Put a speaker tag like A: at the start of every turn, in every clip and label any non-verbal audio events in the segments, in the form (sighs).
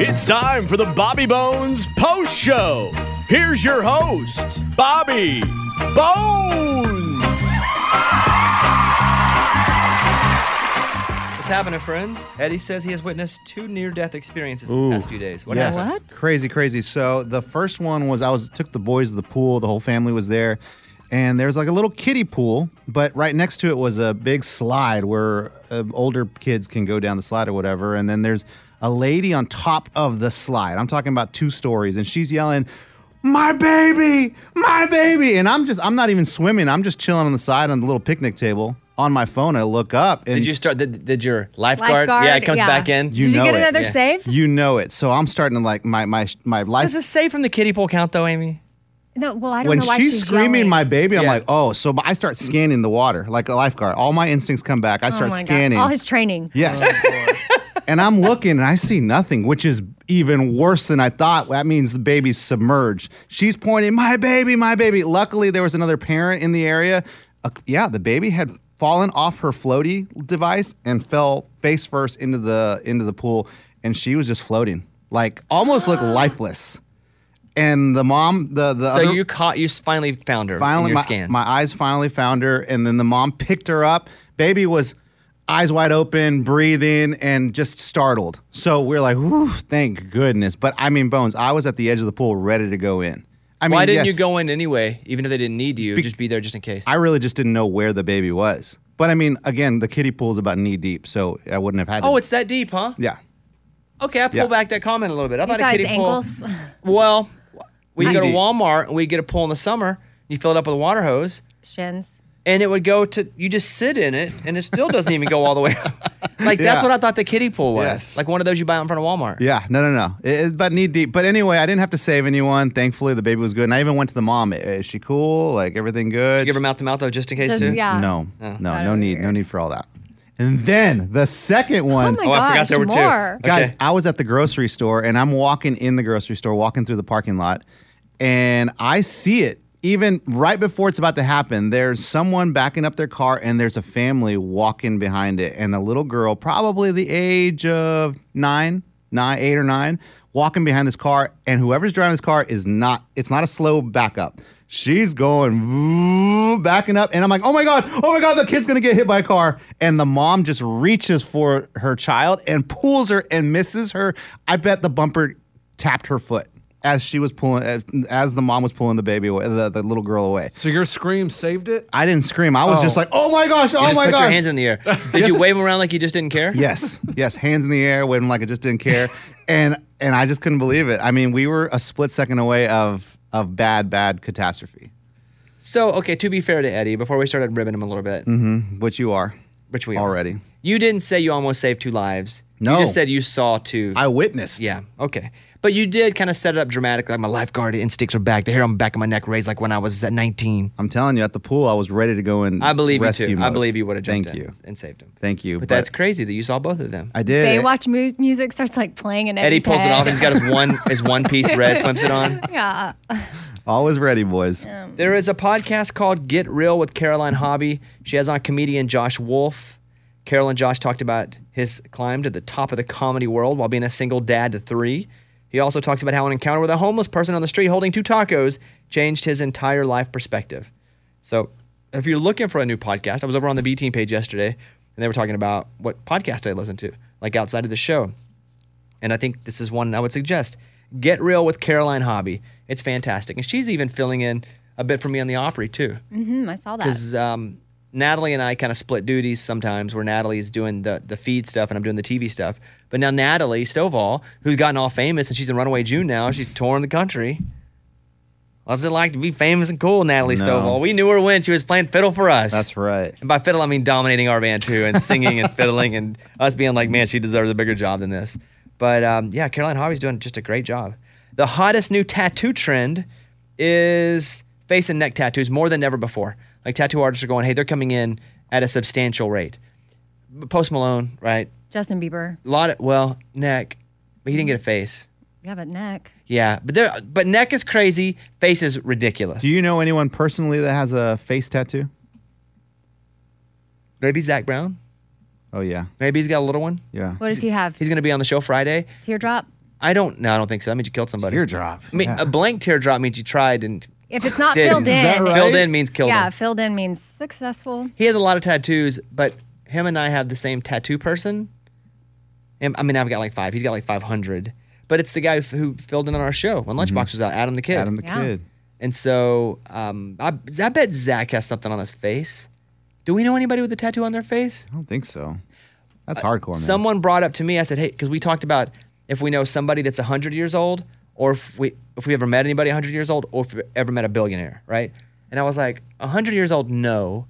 A: It's time for the Bobby Bones Post Show. Here's your host, Bobby Bones.
B: What's happening, friends? Eddie says he has witnessed two near-death experiences in
C: Ooh.
B: the past few days. What
C: yes.
B: happened?
C: Crazy, crazy. So the first one was I was took the boys to the pool. The whole family was there, and there was like a little kiddie pool, but right next to it was a big slide where uh, older kids can go down the slide or whatever. And then there's a lady on top of the slide. I'm talking about two stories, and she's yelling. My baby, my baby, and I'm just—I'm not even swimming. I'm just chilling on the side on the little picnic table on my phone. I look up, and
B: Did you start? Did, did your lifeguard? Yeah, it comes back in.
C: You
D: Did you
C: know
D: get
C: it.
D: another
B: Yeah.
D: save?
C: You know it. So I'm starting to like my my my life.
B: Does this say from the kiddie pool count though, Amy?
D: No, well, I don't
C: when
D: know why
C: she's, screaming
D: yelling. Mm.
C: my baby, I'm
B: Yeah.
C: like, oh, so I start scanning the water like a lifeguard. All my instincts come back. I
D: Oh
C: start
D: my God.
C: scanning.
D: All his training.
C: yes. (laughs) and I'm looking and I see nothing, which is even worse than I thought. That means the baby's submerged. She's pointing, my baby, my baby. Luckily, there was another parent in the area. Uh, yeah, the baby had fallen off her floaty device and fell face first into the into the pool, and she was just floating, like almost
D: (gasps)
C: looked lifeless. And the mom, the the
B: So
C: other,
B: you caught, you s- finally found her in
C: finally
B: your
C: my,
B: scan.
C: my eyes finally found her and then the mom picked her up baby was eyes wide open breathing and just startled so we're like Whew, thank goodness but i mean bones i was at the edge of the pool ready to go in i mean
B: Why didn't
C: yes,
B: you go in anyway, even if they didn't need you? just be there just in case.
C: i really just didn't know where the baby was but i mean again the kiddie pool's about knee deep so i wouldn't have had to
B: oh, it's that deep, huh?
C: yeah
B: Okay, I pull
C: Yeah.
B: back that comment a little bit. I thought a
D: thought
B: kiddie
D: it's
B: pool.
D: ankles? (sighs)
B: Well, we
C: Knee
B: go to
C: deep.
B: Walmart and we get a pool in the summer. You fill it up with a water hose,
D: Shins.
B: and it would go to. You just sit in it, and it still doesn't even go all the way.
C: (laughs)
B: up. Like that's
C: Yeah.
B: what I thought the kiddie pool was.
C: Yes.
B: Like one of those you buy out in front of Walmart.
C: yeah no no no It- it's about knee deep but anyway i didn't have to save anyone thankfully the baby was good and i even went to the mom "I- is she cool like everything good
B: You give her mouth to mouth though, just in case
D: Just-
B: too.
D: yeah.
C: No, no, no,
D: That would be
C: need, no
D: weird.
C: need for all that. And then the second one,
D: my
B: Oh, I forgot
D: Gosh,
B: there were
D: more.
B: two.
C: guys,
B: Okay.
C: I was at the grocery store and I'm walking in the grocery store, walking through the parking lot, and I see it. Even right before it's about to happen, there's someone backing up their car and there's a family walking behind it. And a little girl, probably the age of nine, nine, eight or nine, walking behind this car. And whoever's driving this car is not, it's not a slow backup. She's going vroom, backing up, and I'm like, oh my god, oh my god, the kid's gonna get hit by a car. And the mom just reaches for her child and pulls her and misses her. I bet the bumper tapped her foot as she was pulling, as, as the mom was pulling the baby away, the, the little girl away.
E: So your scream saved it?
C: I didn't scream. I was just
E: Oh.
C: like, oh my gosh,
B: You
C: oh
B: just
C: my
B: put
C: gosh.
B: your hands in the
C: (laughs)
B: air. Did you wave them around like you just didn't care?
C: Yes, yes, hands in the air, waving like I just didn't care, and and I just couldn't believe it. I mean, we were a split second away of of bad, bad catastrophe,
B: So, okay, to be fair to Eddie, before we started ribbing him a little bit,
C: which you are
B: which we are.
C: Mm-hmm. already.
B: You didn't say you almost saved two lives.
C: No.
B: You just said you saw two.
C: I witnessed.
B: yeah, okay. But you did kind of set it up dramatically. Like my lifeguard instincts were back. The hair on the back of my neck raised like when I was uh, at 19.
C: I'm telling you, at the pool, I was ready to go in.
B: I believe you
C: rescue
B: too. I
C: mode.
B: believe you would have jumped
C: Thank
B: in
C: you.
B: and saved him.
C: Thank you.
B: But, that's crazy that you saw both of them.
C: I did.
D: They
C: it.
D: watch mu- music starts like playing and
B: Eddie pulls it off and
D: (laughs)
B: he's got his one his one piece red swimsuit on.
D: Yeah.
C: Always ready, boys.
B: There is a podcast called Get Real with Caroline Hobby. She has on comedian Josh Wolf. Carol and Josh talked about his climb to the top of the comedy world while being a single dad to three. He also talks about how an encounter with a homeless person on the street holding two tacos changed his entire life perspective. So, if you're looking for a new podcast, I was over on the B Team page yesterday and they were talking about what podcast I listen to, like outside of the show and I think this is one I would suggest. Get Real with Caroline Hobby. It's fantastic, and she's even filling in a bit for me on the Opry too,
D: Hmm, I saw that.
B: because um, Natalie and I kind of split duties sometimes, where Natalie's doing the the feed stuff and I'm doing the TV stuff. But now Natalie Stovall, who's gotten all famous and she's in Runaway June now, she's touring the country. What's it like to be famous and cool, Natalie
C: No.
B: Stovall? We knew her when she was playing fiddle for us.
C: That's right.
B: And by fiddle, I mean dominating our band too, and singing and fiddling, and us being like, man, she deserves a bigger job than this. But um, yeah, Caroline Hobby's doing just a great job. The hottest new tattoo trend is face and neck tattoos more than ever before. Like tattoo artists are going, hey, they're coming in at a substantial rate. Post Malone, right?
D: Justin Bieber.
B: A lot of well, neck, but he didn't get a face.
D: Yeah, but neck.
B: Yeah, but there, but neck is crazy. Face is ridiculous.
C: Do you know anyone personally that has a face tattoo?
B: Maybe Zach Brown.
C: Oh yeah,
B: Maybe he's got a little one.
C: yeah.
D: What does he have?
B: He's gonna be on the show Friday.
D: Teardrop.
B: I don't. No, I don't think so. That means you killed somebody.
C: Teardrop.
B: I mean, uh,
C: Yeah.
B: a blank teardrop means you tried and
D: If
C: (laughs)
D: it's not
B: Did-
D: filled
B: Is
D: in,
C: that right?
B: filled in means killed.
D: yeah,
B: him.
D: filled in means successful.
B: He has a lot of tattoos, but him and I have the same tattoo person. And- I mean, I've got like five. He's got like five hundred. But it's the guy who- who filled in on our show when Lunchbox was out, Adam the Kid.
C: Mm-hmm. Adam the
D: Yeah.
C: kid.
B: And so um, I, I bet Zach has something on his face. Do we know anybody with a tattoo on their face?
C: I don't think so. That's hardcore, man.
B: Uh, Someone brought up to me. I said, "Hey, because we talked about if we know somebody that's hundred years old, or if we if we ever met anybody hundred years old, or if we ever met a billionaire, right?" And I was like, hundred years old, no.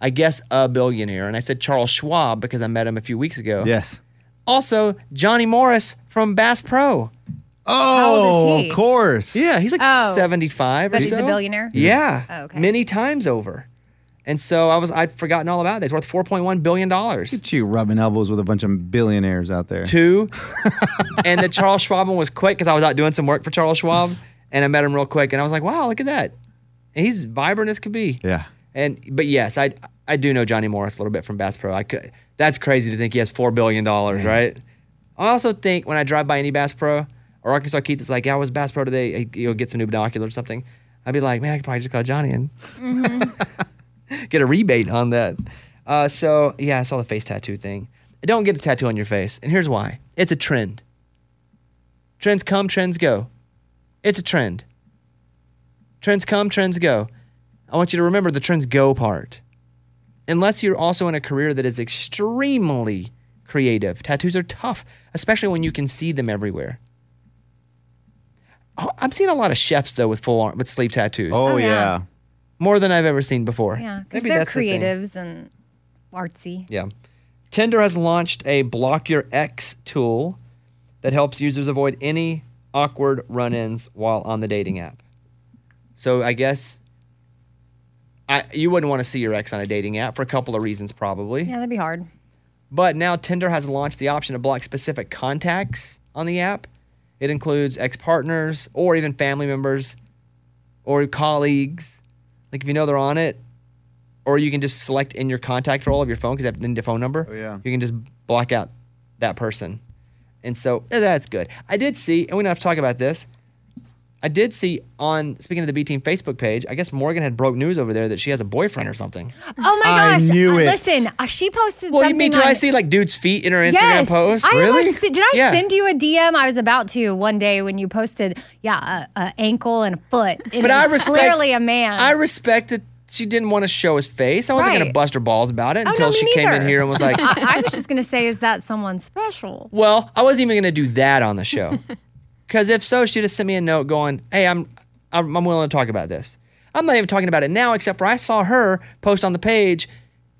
B: I guess a billionaire." And I said Charles Schwab because I met him a few weeks ago.
C: yes.
B: Also, Johnny Morris from Bass Pro.
D: old is
C: Oh,
D: he?
C: of course.
B: Yeah, he's like
D: Oh.
B: 75 or
D: But he's a
B: so.
D: billionaire?
B: Yeah.
D: Oh, okay.
B: Many times over. And so I was I'd forgotten all about it. It's worth 4.1 billion dollars.
C: Look at you rubbing elbows with a bunch of billionaires out there.
B: Two. and the Charles Schwab one was quick cuz I was out doing some work for Charles Schwab and I met him real quick and I was like, "Wow, look at that." And he's vibrant as could be.
C: Yeah.
B: And but yes, I I do know Johnny Morris a little bit from Bass Pro. I could that's crazy to think he has four billion dollars, right? I also think when I drive by any Bass Pro or Arkansas Keith is like, yeah, I was Bass Pro today. You'll get some new binoculars or something. I'd be like, man, I could probably just call Johnny and (laughs) get a rebate on that. Uh, so yeah, I saw the face tattoo thing. Don't get a tattoo on your face, and here's why: it's a trend. Trends come, trends go. It's a trend. Trends come, trends go. I want you to remember the trends go part. Unless you're also in a career that is extremely creative, tattoos are tough, especially when you can see them everywhere. Oh, I'm seeing a lot of chefs though with full arm, with sleeve tattoos,
C: Oh,
D: Oh,
C: yeah.
D: yeah.
B: more than I've ever seen before.
D: Yeah, because
B: Maybe
D: they're
B: that's the thing.
D: creatives and artsy.
B: Yeah. Tinder has launched a block your ex tool that helps users avoid any awkward run ins while on the dating app. So I guess I, you wouldn't want to see your ex on a dating app for a couple of reasons, probably.
D: Yeah, that'd be hard.
B: But now Tinder has launched the option to block specific contacts on the app. It includes ex partners or even family members or colleagues. Like if you know they're on it, or you can just select in your contact roll of your phone because they need a phone number.
C: Oh, yeah.
B: You can just block out that person. And so eh, that's good. I did see, and we don't have to talk about this. I did see on speaking of the B Team Facebook page, I guess Morgan had broke news over there that she has a boyfriend or
D: (gasps)
B: something.
D: Oh my
C: I
D: gosh!
C: knew
D: uh,
C: it.
D: Listen, uh, she posted
B: Well, you
D: something.
B: mean did
D: on-
B: I see like dude's feet in her Instagram
D: yes,
B: post?
D: I
C: Really?
D: almost, did I
B: Yeah.
D: send you a DM? I was about to one day when you posted, yeah, a, a ankle and a foot. And
B: But
D: it
B: I
D: was
B: respect.
D: clearly a man.
B: I respect that she didn't want to show his face. I wasn't
D: Right.
B: gonna bust her balls about it
D: Oh,
B: until
D: no, me
B: she came in
D: neither.
B: here and was like,
D: (laughs) I, I was just gonna say, is that someone special?
B: "Well, I wasn't even gonna do that on the show, because if so, she'd have sent me a note going, "Hey, I'm, I'm, I'm willing to talk about this. I'm not even talking about it now, except for I saw her post on the page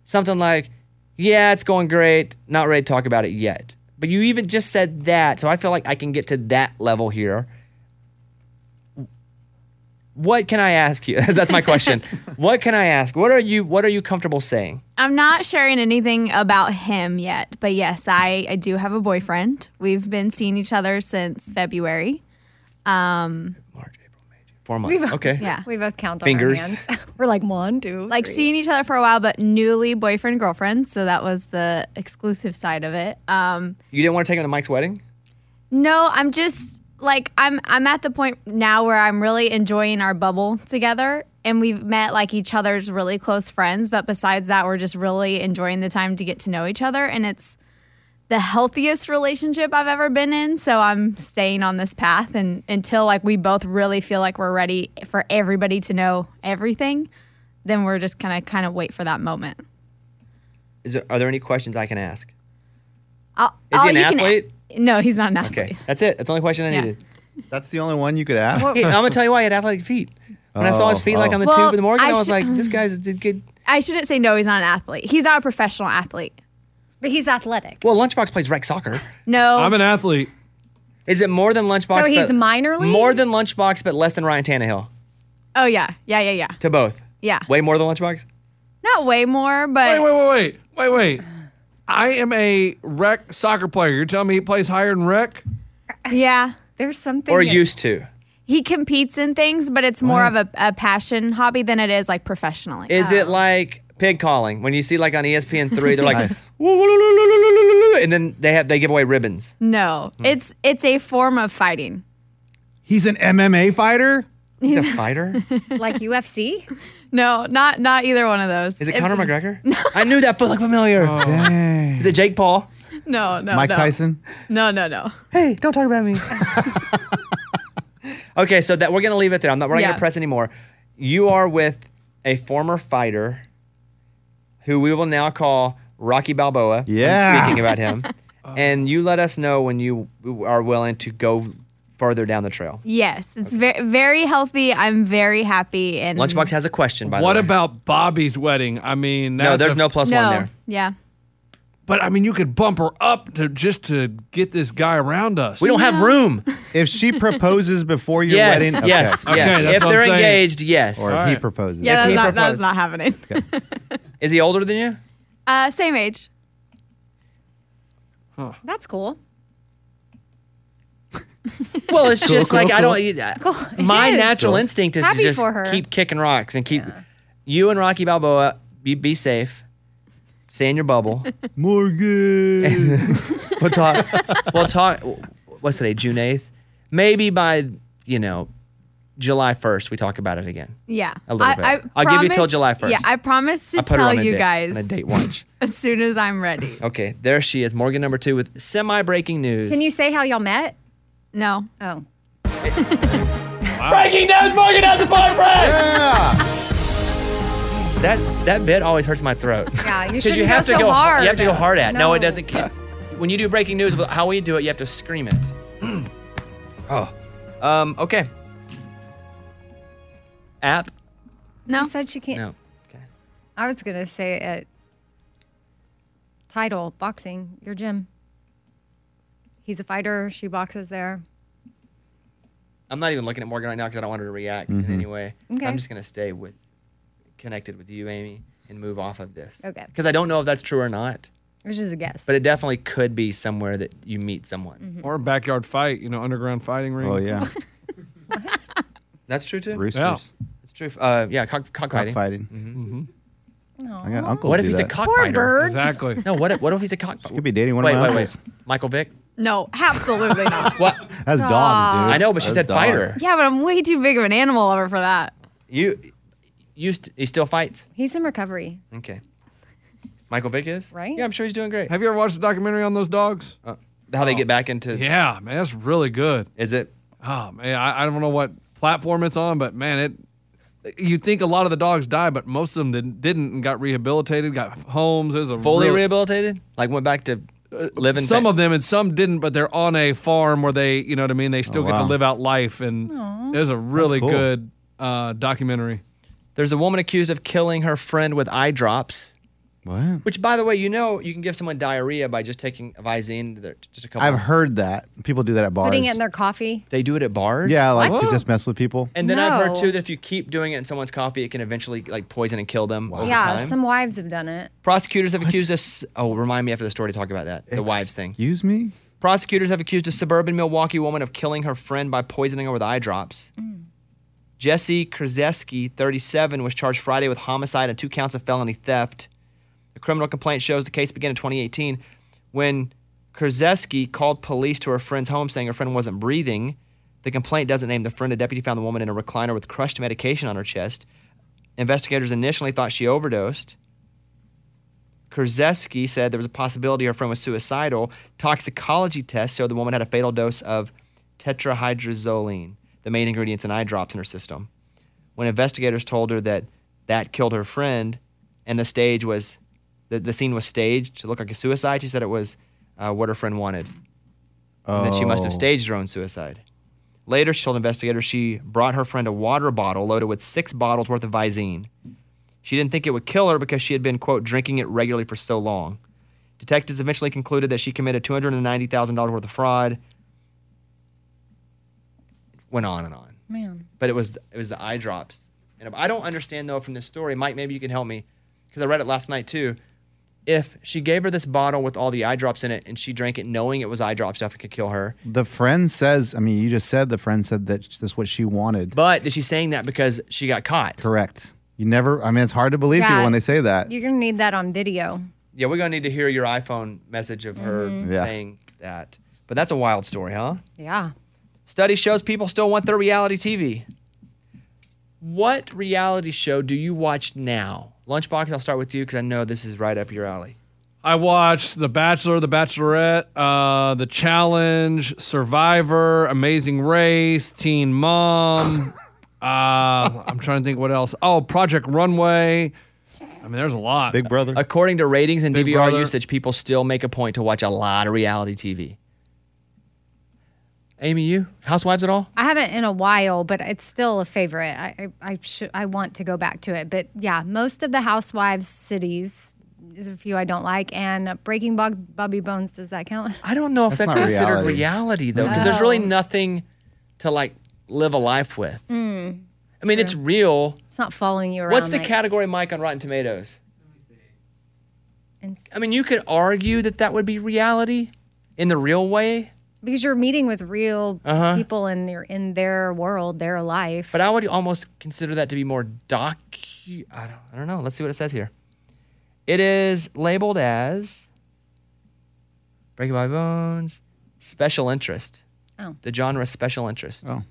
B: something like, "Yeah, it's going great. Not ready to talk about it yet." But you even just said that, so I feel like I can get to that level here. What can I ask you? (laughs) That's my question. what can I ask? What are you what are you comfortable saying?
E: I'm not sharing anything about him yet, but yes, I, I do have a boyfriend. We've been seeing each other since February.
B: March, April, May, June. Four months.
D: (laughs)
B: Okay.
E: Yeah.
D: We both count on
B: Fingers. (laughs)
D: our hands. (laughs) We're like one, two,
E: Like
D: three.
E: seeing each other for a while, but newly boyfriend girlfriend. So that was the exclusive side of it. Um,
B: You didn't want to take him to Mike's wedding?
E: no, I'm just like I'm I'm at the point now where I'm really enjoying our bubble together, and we've met like each other's really close friends. But besides that, we're just really enjoying the time to get to know each other, and it's the healthiest relationship I've ever been in. So I'm staying on this path and until like we both really feel like we're ready for everybody to know everything, then we're just gonna kind of wait for that moment.
B: Is there, are there any questions I can ask?
E: I'll,
B: Is he
E: all
B: an
E: Oh, you can a-
B: athlete?
E: no, he's not an athlete.
B: Okay. That's it. That's the only question I
E: Yeah.
B: needed.
C: That's the only one you could ask.
B: Yeah, I'm gonna tell you why he had athletic feet. When I saw his
C: Oh,
B: feet like
C: oh.
B: on the
E: Well,
B: tube in the morning,
E: I
B: I, was
E: should-
B: like, this guy's did good.
E: I shouldn't say no. He's not an athlete. He's not a professional athlete.
D: but he's athletic.
B: Well, Lunchbox plays rec soccer.
E: No,
F: I'm an athlete.
B: Is it more than Lunchbox?
D: So he's
B: but-
D: minor league?
B: More than Lunchbox, but less than Ryan Tannehill.
E: Oh yeah, yeah, yeah, yeah.
B: To both.
E: Yeah.
B: Way more than Lunchbox.
E: Not way more, but
F: Wait, wait, wait, wait, wait, wait. I am a rec soccer player. You're telling me he plays higher than rec?
E: yeah,
D: There's something.
B: Or
D: in-
B: used to.
E: he competes in things, but it's more of a, a passion hobby than it is like professionally. Uh,
B: Is it like Pig calling. When you see like on E ESPN three, they're like,
C: Nice.
B: and then they have they give away ribbons.
E: No,
B: Hmm.
E: it's it's a form of fighting.
C: He's an MMA fighter?
B: He's a fighter.
D: (laughs) like UFC.
E: No, not not either one of those.
B: Is it Conor McGregor? I knew that foot looked familiar.
C: Dang.
B: Is it Jake Paul?
E: No, no.
C: Mike
E: no.
C: Tyson?
E: No, no, no.
B: Hey, don't talk about me. (laughs) okay, so that we're gonna leave it there. I'm not. We're not
E: Yeah.
B: gonna press anymore. You are with a former fighter, who we will now call Rocky Balboa. when
C: Yeah.
B: speaking about (laughs) him, Uh. and you let us know when you are willing to go further down the trail.
E: Yes, it's very very healthy. I'm very happy and
B: Lunchbox has a question. By
F: What
B: the way,
F: about Bobby's wedding? I mean, that's
B: No, there's
F: a-
B: no plus
E: No,
B: one there.
E: yeah.
F: But I mean, you could bump her up to just to get this guy around us.
B: We don't have room. (laughs)
C: If she proposes before your
B: yes,
C: wedding, okay.
B: yes,
F: Okay,
B: yes.
F: that's
B: if
F: what
B: they're
F: I'm saying.
B: engaged, yes.
C: Or
F: All
C: he
F: right.
C: proposes.
E: Yeah, that's
B: he
E: not, that's
B: proposed-
E: not happening.
B: Is he older than you?
E: (laughs) Uh, same age.
D: That's cool.
B: Well, it's just
C: cool,
B: like I
C: cool.
B: don't. e, uh, (laughs) My
D: Yes.
B: natural
C: Cool.
B: instinct is
D: Happy
B: to just
D: for her.
B: keep kicking rocks and keep you and Rocky Balboa be, be safe. Stay in your bubble. (laughs)
C: Morgan.
B: We'll
D: (laughs)
B: talk. we'll talk. What's today? June eighth. Maybe by you know July first, we talk about it again.
E: Yeah,
B: A little
E: I,
B: bit.
E: I
B: I'll give you till
E: promise-
B: July
E: Yeah,
B: 1st.
E: I promise to
B: I put her
E: tell
B: on a
E: you
B: date,
E: guys
B: on a date watch.
E: as soon as I'm ready.
B: Okay, there she is, Morgan number two with semi breaking news.
D: Can you say how y'all met?
E: No,
D: Oh,
B: breaking news? Morgan has a boyfriend.
C: yeah.
B: (laughs) that that bit always hurts my throat. (laughs)
D: yeah. You
B: Because
D: shouldn't
B: you have
D: go
B: to
D: so
B: go
D: hard.
B: You have to go hard at. it. No, it doesn't. ca- When you do breaking news, but how we do it, you have to scream it. (clears throat) oh, um, okay. App.
E: no.
D: She said she can't.
B: No. Okay.
D: I was gonna say it. Title boxing your gym. He's a fighter. She boxes there.
B: I'm not even looking at Morgan right now because I don't want her to react in any way.
D: Okay.
B: I'm just gonna stay with, connected with you, Amy, and move off of this.
D: Okay.
B: Because I don't know if that's true or not,
D: It was just a guess.
B: but it definitely could be somewhere that you meet someone.
D: Mm-hmm.
F: Or a backyard fight, you know, underground fighting ring.
C: Oh, yeah.
B: That's true too.
C: Roosters.
B: It's true. Uh, yeah, cock, cockfighting.
C: Cockfighting. Mm-hmm. I got uncle.
B: Mm-hmm. What
C: do
B: if he's
C: that.
B: a
D: Poor
B: cockfighter?
D: birds.
F: Exactly.
B: No, what if, what if he's a cock?
C: Could be dating one
B: wait,
C: of my
B: wait,
C: uncles.
B: wait. Michael Vick.
E: No,
B: (laughs)
E: absolutely not.
B: What?
C: That's dogs, dude.
B: I know, but she
C: That's
B: said
C: dogs.
B: fighter.
E: yeah, but I'm way too big of an animal lover for that.
B: You, you, st- he still fights.
D: He's in recovery.
B: Okay. Michael Vick is
D: Right?
B: Yeah, I'm sure he's doing great.
F: Have you ever watched the documentary on those dogs?
B: Uh, how they get back into?
F: Yeah, man, that's really good.
B: Is it?
F: Oh man, I, I don't know what platform it's on, but man, it. You think a lot of the dogs die, but most of them didn't, didn't and got rehabilitated, got homes. It was a
B: fully
F: really-
B: rehabilitated? Like went back to living.
F: Uh, some of them and some didn't, but they're on a farm where they, you know what I mean. They still
C: Oh,
F: get
C: wow.
F: to live out life, and there's a really
C: cool.
F: good uh, documentary.
B: There's a woman accused of killing her friend with eye drops.
C: What?
B: Which, by the way, you know you can give someone diarrhea by just taking Visine. There, just a couple.
C: I've heard that. People do that at bars.
D: Putting it in their coffee.
B: they do it at bars.
C: Yeah, like to
F: What?
C: just mess with people.
B: And then I've heard
D: No.
B: too that if you keep doing it in someone's coffee, it can eventually like poison and kill them over
D: yeah,
B: time.
D: some wives have done it.
B: Prosecutors have accused us. Oh, remind me after the story to talk about that. The wives thing.
C: Excuse me?
B: Prosecutors have accused a suburban Milwaukee woman of killing her friend by poisoning her with eye drops. Jesse Krzeski, 37, was charged Friday with homicide and two counts of felony theft. The criminal complaint shows the case began in 2018 when Krzeski called police to her friend's home saying her friend wasn't breathing. The complaint doesn't name the friend. A deputy found the woman in a recliner with crushed medication on her chest. Investigators initially thought she overdosed. Krzeski said there was a possibility her friend was suicidal. Toxicology tests showed the woman had a fatal dose of tetrahydrozoline, the main ingredients in eye drops in her system. When investigators told her that that killed her friend and the stage was, the, the scene was staged to look like a suicide, she said it was uh, what her friend wanted
C: Oh.
B: and that she must have staged her own suicide. Later, she told investigators she brought her friend a water bottle loaded with six bottles worth of Visine. She didn't think it would kill her because she had been, quote, drinking it regularly for so long. Detectives eventually concluded that she committed $290,000 worth of fraud. Went on and on.
D: Man.
B: But it was it was the eye drops. And I don't understand though from this story, Mike, maybe you can help me because I read it last night too. If she gave her this bottle with all the eye drops in it and she drank it knowing it was eye drop stuff, it could kill her.
C: The friend says, I mean, you just said the friend said that this is what she wanted.
B: But is she saying that because she got caught?
C: Correct. You never. I mean, it's hard to believe
D: Yeah.
C: people when they say that.
D: You're gonna need that on video.
B: Yeah, we're gonna need to hear your iPhone message of her
C: Yeah.
B: saying that. But that's a wild story, huh?
D: Yeah.
B: Study shows people still want their reality TV. What reality show do you watch now? Lunchbox, I'll start with you because I know this is right up your alley.
F: I watched The Bachelor, The Bachelorette, uh, The Challenge, Survivor, Amazing Race, Teen Mom. uh, I'm trying to think what else. Oh, Project Runway. I mean, there's a lot.
C: Big Brother.
B: According to ratings and
F: Big
B: DVR
F: Brother.
B: usage, people still make a point to watch a lot of reality TV. Amy, you Housewives at all?
D: I haven't in a while, but it's still a favorite. I I, I should I want to go back to it, but yeah, most of the Housewives cities. There's a few I don't like, and Breaking Bog Bobby Bones. Does that count? (laughs)
B: I don't know if that's,
C: That's not
B: considered reality,
C: reality.
B: though, because there's
D: No.
B: really nothing to like live a life with. I mean, it's real.
D: It's not following you around.
B: What's the
D: Hmm. like,
B: category, Mike, on Rotten Tomatoes?
D: and-
B: I mean, you could argue that that would be reality in the real way,
D: because you're meeting with real people, and you're in their world, their life.
B: Uh-huh. but I would almost consider that to be more docu. I don't, I don't know. Let's see what it says here. It is labeled as Breaking My Bones, Special Interest.
D: Oh.
B: The genre is Special Interest.
C: Oh.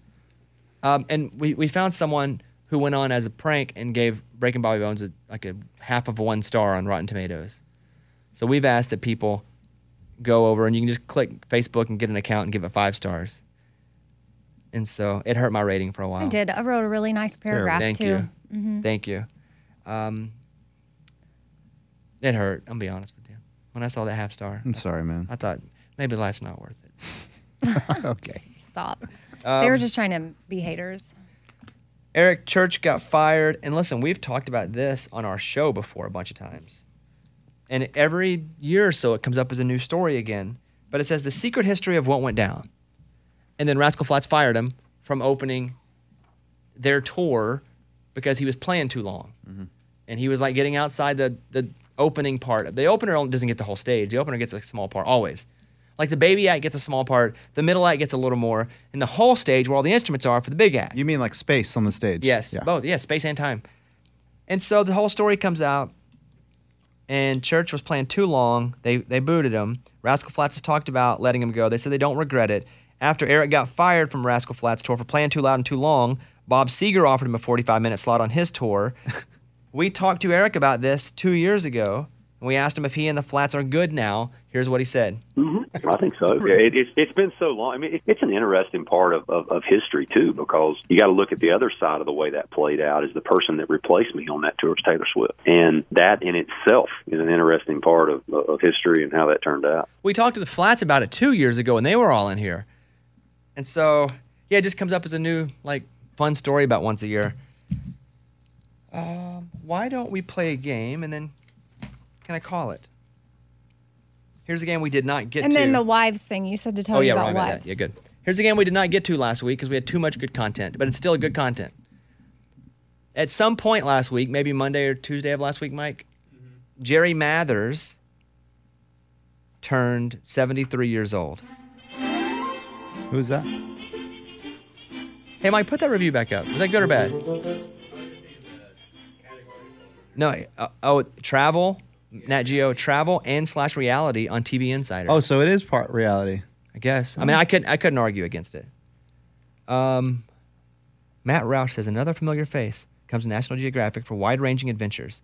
B: Um, and we, we found someone who went on as a prank and gave Breaking Bobby Bones a, like a half of one star on Rotten Tomatoes. So we've asked that people go over and you can just click Facebook and get an account and give it five stars. And so it hurt my rating for a while.
D: I did. I wrote a really nice paragraph
B: Thank
D: too. Mm-hmm.
B: you. Thank you. Um, it hurt. I'm be honest with you. When I saw that half star,
C: I'm sorry, man.
B: I thought maybe life's not worth it.
C: okay.
D: Stop. they
B: Um,
D: were just trying to be haters.
B: Eric Church got fired. And listen, we've talked about this on our show before a bunch of times. And every year or so, it comes up as a new story again. But it says the secret history of what went down. And then Rascal Flats fired him from opening their tour because he was playing too long. And he was like getting outside the, the opening part. The opener only- doesn't get the whole stage, the opener gets a small part always. Like the baby act gets a small part, the middle act gets a little more, and the whole stage where all the instruments are for the big act.
C: You mean like space on the stage?
B: Yes,
C: Yeah.
B: both. Yeah, space and time. And so the whole story comes out, and Church was playing too long. They they booted him. Rascal Flats has talked about letting him go. They said they don't regret it. After Eric got fired from Rascal Flats tour for playing too loud and too long, Bob Seger offered him a 45 minute slot on his tour. we talked to Eric about this two years ago, and we asked him if he and the Flats are good now. Here's what he said.
G: I think so. Yeah, it, it's it's been so long. I mean, it, it's an interesting part of, of, of history too, because you got to look at the other side of the way that played out. Is the person that replaced me on that tour is Taylor Swift, and that in itself is an interesting part of of history and how that turned out.
B: we talked to the flats about it two years ago and they were all in here and so yeah it just comes up as a new like fun story about once a year um, why don't we play a game and then can i call it here's a game we did not get
D: And
B: to
D: then the wives thing you said to tell
B: oh
D: me
B: yeah
D: about
B: wrong about
D: wives.
B: that yeah good here's a game we did not get to last week because we had too much good content but it's still good content at some point last week maybe monday or tuesday of last week mike jerry mathers turned 73 years old
C: Who's that?
B: Hey, Mike, put that review back up. Was that good or bad? No. Uh, oh, travel, Nat Geo, travel and slash reality on TV Insider.
C: Oh, so it is part reality.
B: I guess. I mean, I couldn't. I couldn't argue against it. Um, Matt Roush says another familiar face comes to National Geographic for wide-ranging adventures.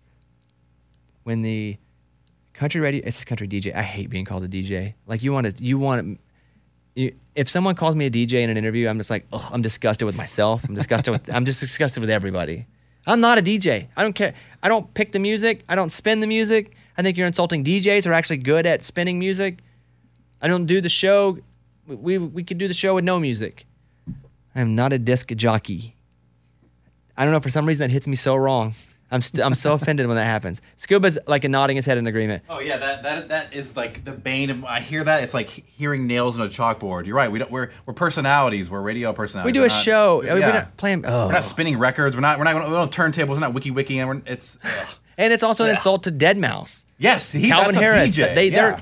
B: When the country radio, it's a country DJ. I hate being called a DJ. Like you want to, you want to. You, if someone calls me a DJ in an interview, I'm just like, ugh, I'm disgusted with myself. I'm disgusted with. I'm just disgusted with everybody. I'm not a DJ. I don't care. I don't pick the music. I don't spin the music. I think you're insulting DJs who are actually good at spinning music. I don't do the show. We, we, we could do the show with no music. I am not a disc jockey. I don't know. For some reason, that hits me so wrong. I'm, st- I'm
H: (laughs)
B: so offended when that happens. Scuba's like nodding his head in agreement.
H: Oh yeah, that that that is like the bane of. I hear that it's like he- hearing nails on a chalkboard. You're right. We don't. We're we're personalities. We're radio personalities.
B: we do
H: We're
B: a
H: not-
B: show.
H: Yeah.
B: We're not playing. Oh.
H: We're not spinning records. We're not. We're not. We don't turn tables. We're not wiki wiki. And we're, it's.
B: (sighs)
H: ugh.
B: and it's also an insult to Dead Mouse.
H: yes, he,
B: Calvin
H: that's a
B: Harris.
H: DJ.
B: They,
H: yeah.
B: they're,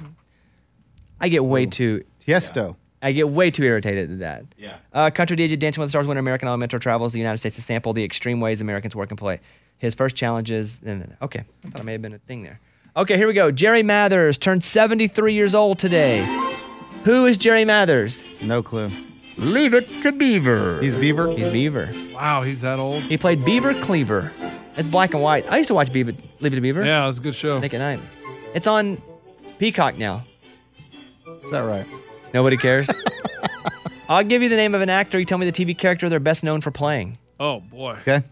B: I get way too
C: Tiesto.
B: I get way too irritated at that.
H: Yeah.
B: Uh, country DJ Dancing with the Stars winner American Elemental travels the United States to sample the extreme ways Americans work and play. his first challenges. No, no, no. Okay, I thought I may have been a thing there. Okay, here we go. Jerry Mathers turned 73 years old today. Who is Jerry Mathers?
C: No clue.
B: Leave it to Beaver.
C: He's Beaver.
B: He's Beaver.
F: Wow, he's that old.
B: He played Beaver Cleaver. It's black and white. I used to watch Beaver, Leave It to Beaver.
F: Yeah, it was a good show.
B: Nick at night. It's on Peacock now.
C: Is that right?
B: Nobody
C: (laughs)
B: cares. I'll give you the name of an actor. You tell me the TV character they're best known for playing.
F: Oh boy.
C: Okay.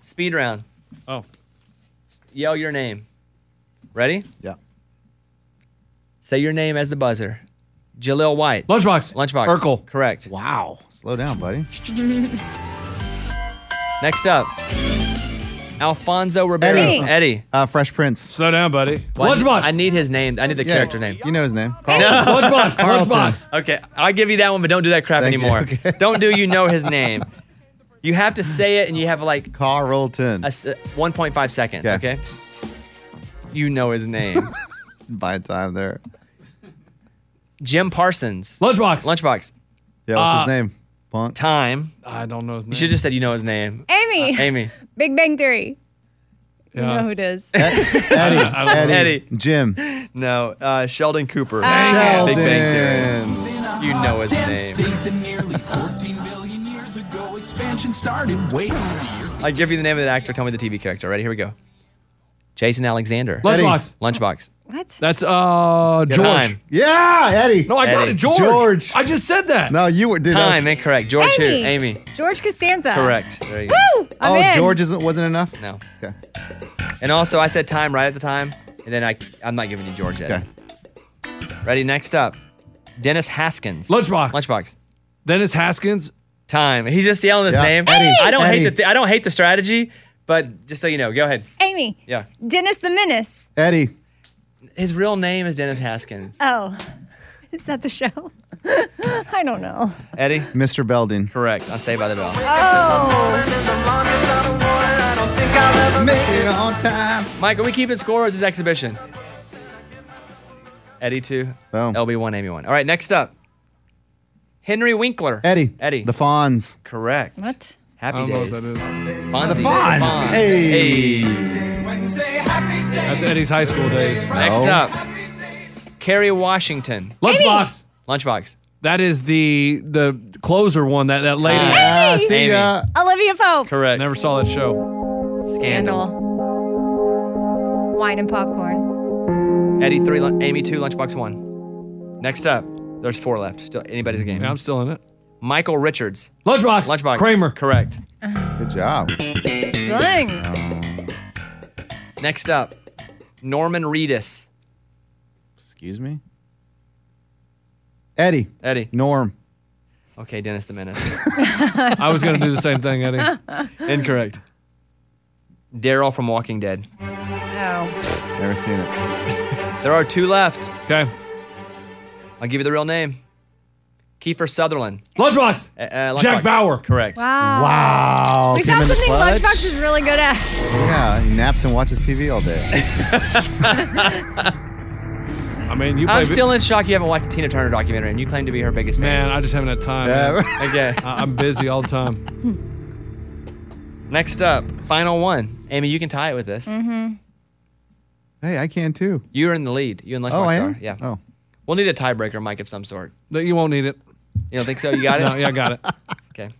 B: Speed round.
F: Oh,
B: Yell your name. Ready?
C: Yeah.
B: Say your name as the buzzer. Jaleel White.
F: lunchbox.
B: Lunchbox.
F: Urkel.
B: Correct.
C: Wow. Slow down, buddy.
B: Next up, Alfonso Ribeiro.
C: Eddie.
B: Eddie.
C: Uh, Fresh Prince.
F: Slow down, buddy.
B: Well,
F: lunchbox.
B: I need his name. I need the
C: Yeah,
B: character name.
C: You know his name.
F: lunchbox. lunchbox.
B: Okay, I'll give you that one, but don't do that crap
C: Thank you.
B: anymore.
C: (laughs) Okay.
B: Don't do you know his name. You have to say it, and you have like
C: Carlton.
B: a s- 1.5 seconds.
C: Yeah.
B: Okay. You know his
C: (laughs)
B: name,
C: By time there.
B: Jim Parsons.
F: Lunchbox.
B: Lunchbox.
C: Yeah. What's
F: Uh,
C: his name? Punk.
B: Time.
F: I don't know his name.
B: You should just said you know his name.
D: Amy.
B: Uh, Amy.
D: Big Bang Theory.
F: yeah,
D: You know who
F: it's-
D: it is.
C: Eddie.
F: I don't
C: Eddie.
B: Eddie.
C: Jim.
B: No, uh, Sheldon Cooper.
C: Sheldon.
B: Big Bang Theory. You know his name. I give you the name of the actor. Tell me the TV character. Ready? Here we go. Jason Alexander.
F: Lunchbox.
B: Lunchbox.
D: What?
F: That's uh George.
B: Time.
C: Yeah, Eddie.
F: No, I got
B: Eddie.
F: it. George.
C: George.
F: I just said that.
C: No, you were. Dude, that
B: Time.
C: was-
B: Incorrect. George who?
D: Amy.
B: Amy.
D: George Costanza.
B: Correct. There you go.
D: Woo!
C: Oh,
D: I'm in.
C: George isn't wasn't enough.
B: No.
C: Okay.
B: And also, I said time right at the time, and then I I'm not giving you George yet.
C: Okay.
B: Ready? Next up, Dennis Haskins.
F: Lunchbox.
B: Lunchbox.
F: Dennis Haskins.
B: Time. He's just yelling his
C: Yeah.
B: name.
C: Eddie.
B: I don't hate
C: Eddie.
B: the th- I don't hate the strategy, but just so you know, go ahead.
D: Amy.
B: Yeah.
D: Dennis the Menace.
C: Eddie.
B: His real name is Dennis Haskins.
D: Oh, (laughs) is that the show? (laughs) I don't know.
B: Eddie.
C: Mr. Belding.
B: Correct. On Saved by the Bell.
D: Oh,
C: Make it on time.
B: Mike, are we keeping score or is this exhibition? Eddie two.
C: Boom.
B: LB one. Amy one. All right. Next up, Henry Winkler.
C: Eddie.
B: Eddie.
C: The Fonz.
B: Correct.
D: what?
F: I
B: Happy
F: don't know
B: days.
F: what that is.
B: Fonzie.
C: The Fonz.
B: Fonz.
C: Hey.
F: That's Eddie's high school days.
B: Next
C: No.
B: up, Kerry Washington.
F: Lunchbox.
B: Lunchbox.
F: That is the the closer one. That that lady.
C: Yeah, Ah, see
B: Amy.
C: ya.
D: Olivia Pope.
B: Correct.
F: Never saw that show.
B: Scandal.
D: Scandal. Wine and popcorn.
B: Eddie three, Lun- Amy two, Lunchbox one. Next up, there's four left. Still anybody's game.
F: Yeah, I'm still in it.
B: Michael Richards.
F: Lunchbox.
B: Lunchbox.
F: Kramer.
B: Correct.
C: Good job.
D: Zling.
B: Next up, Norman Reedus.
C: Excuse me. Eddie.
B: Eddie.
C: Norm.
B: Okay, Dennis the Menace.
F: (laughs) I was gonna do the same thing, Eddie. (laughs)
B: Incorrect. Daryl from Walking Dead.
D: Oh,
C: Never seen it.
B: There are two left.
F: Okay.
B: I'll give you the real name. Kiefer Sutherland.
F: Lunchbox.
B: Uh, uh,
F: Jack
B: Lunchbox.
F: Bauer.
B: Correct.
D: wow.
C: Wow.
D: We
C: Came
D: found
C: in the
D: something
C: clutch.
D: Lunchbox is really good at.
C: Yeah, he naps and watches TV
B: (laughs)
C: all day.
F: I mean, you. Play
B: I'm still in shock you haven't watched the Tina Turner documentary and you claim to be her biggest fan.
F: Man, I just haven't had time.
C: Yeah.
F: man.
B: (laughs) Okay.
F: I- I'm busy all the time.
B: Next up, final one. Amy, you can tie it with this.
C: hey, I can too.
B: You're in the lead. You and Lunchbox
C: Oh, I am.
B: are. Yeah.
C: Oh.
B: We'll need a tiebreaker, Mike, of some sort.
F: No, You won't need it.
B: You don't think so? You
F: (laughs)
B: got it?
F: No, yeah, I got it.
B: Okay.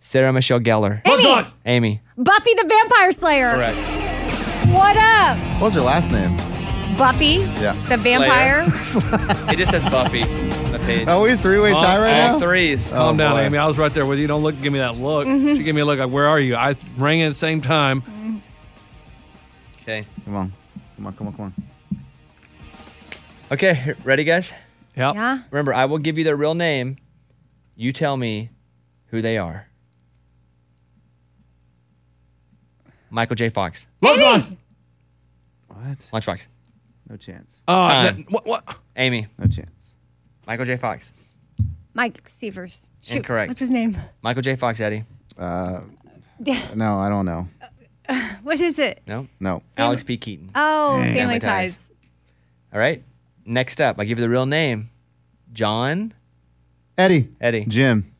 B: Sarah Michelle Gellar.
F: Lunchbox.
B: Amy.
D: Buffy the Vampire Slayer.
B: Correct.
D: What up,
C: What was her last name?
D: Buffy?
C: Yeah.
D: The vampire.
B: It just says Buffy on the page.
C: Are we a three-way
F: Oh,
C: tie right
B: All
C: now?
B: threes.
F: Calm down,
C: Oh, boy.
F: Amy. I was right there with you. Don't look. Give me that look. She gave me a look. Like, where are you? I rang in at the same time.
B: Okay.
C: Come on. Come on, come on, come on.
B: Okay. Ready, guys?
C: Oh.
F: Yep.
D: yeah.
B: Remember, I will give you their real name. You tell me who they are. Michael J. Fox.
F: Lunchbox.
C: What?
B: Lunchbox.
C: No chance.
F: Oh,
B: Time.
F: that- what, what?
B: Amy.
C: No chance.
B: Michael J. Fox.
D: Mike Severs. Shoot,
B: Incorrect.
D: What's his name? (laughs)
B: Michael J. Fox, Eddie.
C: No, I don't know.
D: What is it?
B: No.
C: No.
B: Alex P. Keaton.
D: Oh, Family,
B: Family
D: Ties.
B: Ties. All right. Next up, I give you the real name. John
C: Eddie.
B: Eddie.
C: Jim.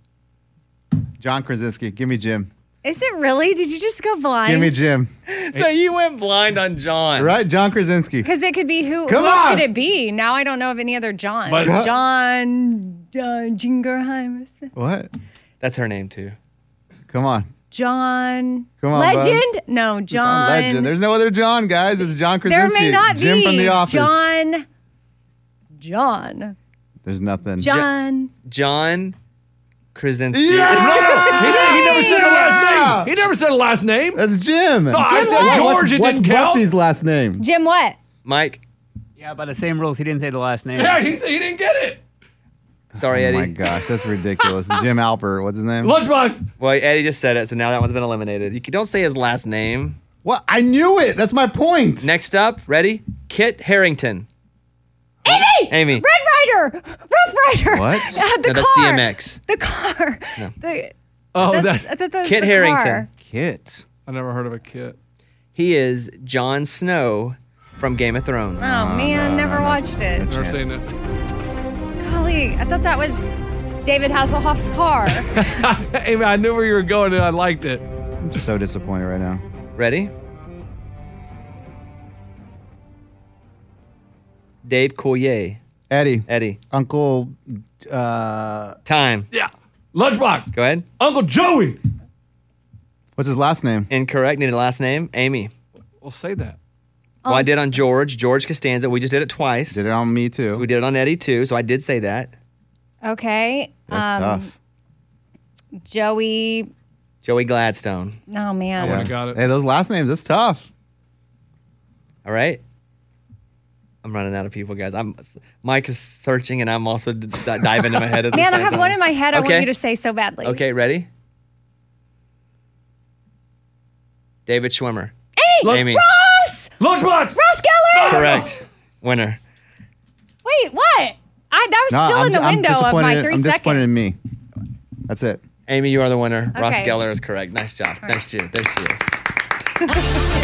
C: John Krasinski. Give me Jim.
D: Is it really? Did you just go
C: Give me
D: blind?
C: Jim.
B: So you went blind on John.
C: Right, John Krasinski.
D: Because it could be who, who
C: Come
D: else
C: on!
D: could it be? Now I don't know of any other John.
F: But-
D: John uh, Jingerheim.
C: What?
B: That's her name too.
C: Come on.
D: John
C: Come on,
D: Legend? No, John.
C: John Legend. There's no other John, guys. It's John
D: there
C: Krasinski.
D: may not
C: Jim
D: be
C: from The Office.
D: John. John.
C: There's nothing.
D: John.
B: John Krasinski.
F: He, he never said a
C: Yeah.
F: last name. He never said a last name.
C: That's Jim.
F: I said
D: what?
F: George. It
C: What's
F: didn't count.
C: Buffy's last name?
D: Jim what?
B: Mike.
I: Yeah, by the same rules, he didn't say the last name.
F: Yeah, he, he didn't get it.
B: Sorry,
C: Oh
B: Eddie.
C: my gosh, that's
D: (laughs)
C: ridiculous. Jim Alpert. What's his name?
F: Lunchbox.
B: Well, Eddie just said it, so now that one's been eliminated. You c- don't say his last name.
C: What? I knew it. That's my point.
B: Next up, ready? Kit Harrington.
D: Amy!
B: Amy.
D: Red Rider! Rough Rider!
C: What?
D: (laughs) Uh, the
B: No, that's
D: car.
B: DMX.
D: The car. (laughs) The,
F: Oh,
D: that's,
F: that.
D: that- that's
B: Kit
D: the
B: Harrington.
D: car. Oh,
C: Kit.
F: (laughs) I never heard of a kit.
B: He is Jon Snow from Game of Thrones.
D: Oh, man, never watched it.
F: Never
C: Chance.
F: seen it. (laughs)
D: Golly, I thought that was David Hasselhoff's car.
F: Amy, I knew where you were going and I liked it.
C: I'm so disappointed right now.
B: Ready? Dave Coulier.
C: Eddie.
B: Eddie.
C: Uncle. Uh,
B: Time.
F: Yeah. Lunchbox.
B: Go ahead.
F: Uncle Joey.
C: what's his last name?
B: Incorrect. Need a last name. Amy.
F: Well, say that.
D: Oh.
B: Well, I did on George. George Costanza. We just did it twice.
C: Did it on me too.
B: We did it on Eddie too, so I did say that.
D: okay. um,
C: That's tough.
D: Joey.
B: Joey Gladstone.
D: Oh, man.
C: Yeah.
F: got it.
C: Hey, those last names. That's tough.
B: All right. I'm running out of people, guys. I'm Mike is searching, and I'm also d- d- diving in my head at the
D: Man, I
B: same
D: have
B: time.
D: one in my head I
B: Okay.
D: want you to say so badly.
B: Okay, ready? David Schwimmer.
F: Lunch-
B: Amy.
D: Ross!
F: Lunchbox.
D: Ross Geller!
B: Correct. Winner.
D: Wait, what? I, that was
C: No,
D: still
C: I'm,
D: in the
C: I'm
D: window of
C: disappointed.
D: my 3
C: I'm disappointed
D: seconds.
C: in me. That's it.
B: Amy, you are the winner. Ross
D: Okay.
B: Geller is correct. Nice job. Thanks, you. Thanks, you.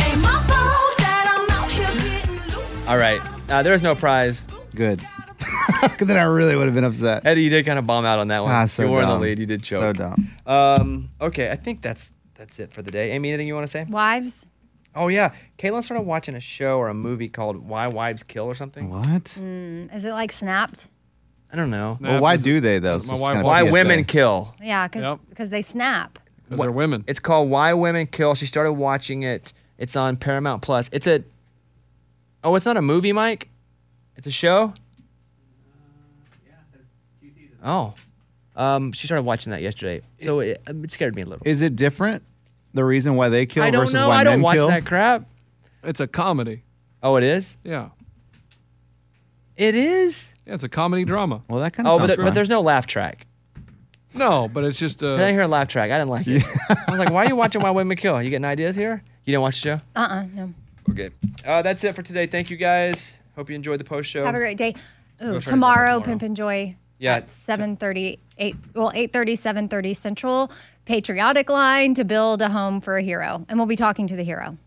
B: All right. Uh, there is no prize.
C: Good. (laughs) 'Cause then I really would have been upset.
B: Eddie, you did kind of bomb out on that one.
C: Ah, so
B: you were in
C: dumb.
B: the lead. You did choke.
C: So dumb.
B: Um, okay, I think that's that's it for the day. Amy, anything you want to say?
D: Wives?
B: Oh yeah, Caitlin started watching a show or a movie called Why Wives Kill or something.
C: What?
D: Is it like snapped?
B: I don't know.
C: Well, why do they though?
F: my
C: it's
F: wife
C: kinda
B: Why
F: Yes,
C: tough.
B: women kill?
D: Yeah, because
F: Yep.
D: they snap.
F: Because they're women.
B: It's called Why Women Kill. She started watching it. It's on Paramount Plus. It's a oh, it's not a movie, Mike. It's a
C: Uh,
B: show. Oh, um, she started watching that yesterday, so it, it scared me a little.
C: Is it different? The reason why they kill
B: I don't
C: versus
B: know.
C: why
B: I don't
C: men
B: watch
C: kill?
B: that crap.
F: It's a comedy.
B: Oh, it is.
F: Yeah.
B: It is.
F: Yeah, it's a comedy drama.
C: Well, that kind of.
B: Oh, but, there- but there's no laugh track.
F: No, but it's just
B: I didn't
F: a.
B: hear a laugh track. I didn't like it. I was like, why are you watching Why Women Kill? You getting ideas here? You didn't watch the show?
D: Uh uh no.
B: Okay. Uh, that's it for today. Thank you guys. Hope you enjoyed the post show.
D: Have a great day. Ooh,
B: it
D: tomorrow,
B: tomorrow.
D: Pimp and Joy.
B: Yeah.
D: At 7.30, 8, well, 8.30, 7.30 Central, Patriotic Line to build a home for a hero. And we'll be talking to the hero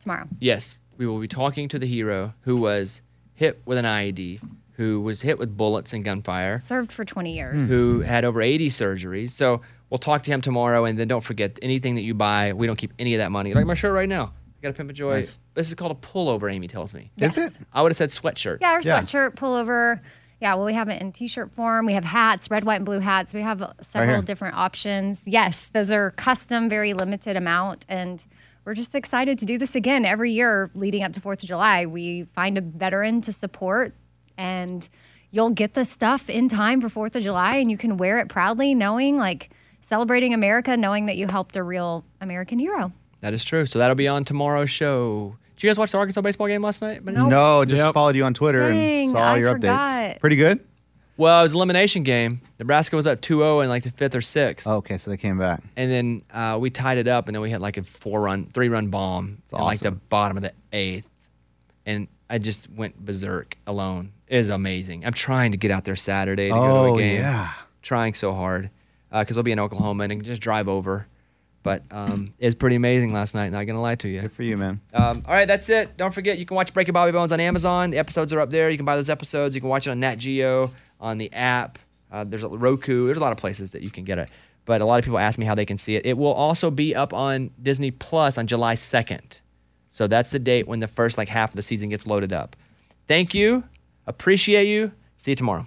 D: tomorrow.
B: yes, we will be talking to the hero who was hit with an IED, who was hit with bullets and gunfire,
D: Served for 20 years.
B: who had over 80 surgeries. So we'll talk to him tomorrow. And then don't forget anything that you buy, we don't keep any of that money. Like my shirt right now. I got a Pimp a Joy. This is called a pullover, Amy tells me.
C: Is
D: Yes.
C: it?
B: I would have said sweatshirt.
D: Yeah, our
C: Yeah.
D: sweatshirt, pullover. Yeah, well, we have it in t-shirt form. We have hats, red, white, and blue hats. We have several
C: here.
D: different options. Yes, those are custom, very limited amount, and we're just excited to do this again every year leading up to Fourth of July. We find a veteran to support, and you'll get the stuff in time for Fourth of July, and you can wear it proudly, knowing like celebrating America, knowing that you helped a real American hero.
B: That is true. So that'll be on tomorrow show. Did you guys watch the Arkansas baseball game last night?
C: No, just
F: Yep.
C: followed you on Twitter
D: Dang,
C: and saw all
D: I
C: your updates.
D: forgot.
C: Pretty good.
B: Well, it was an elimination game. Nebraska was up 2-0 in like the fifth or sixth,
C: Oh, okay, so they came back.
B: and then uh, we tied it up, and then we had like a four-run, three-run bomb in like the bottom of the eighth, and I just went berserk alone. It is amazing. I'm trying to get out there Saturday to go
C: Oh,
B: to a game.
C: yeah.
B: trying so hard because I'll be in Oklahoma and I can just drive over. But um, it's pretty amazing last night. Not gonna lie to you.
C: Good for you, man.
B: Um, all right, that's it. Don't forget, you can watch Breaking Bobby Bones on Amazon. The episodes are up there. You can buy those episodes. You can watch it on Nat Geo, on the app. Uh, there's a Roku. There's a lot of places that you can get it. but a lot of people ask me how they can see it. It will also be up on Disney Plus on July 2nd. So that's the date when the first like half of the season gets loaded up. Thank you. Appreciate you. See you tomorrow.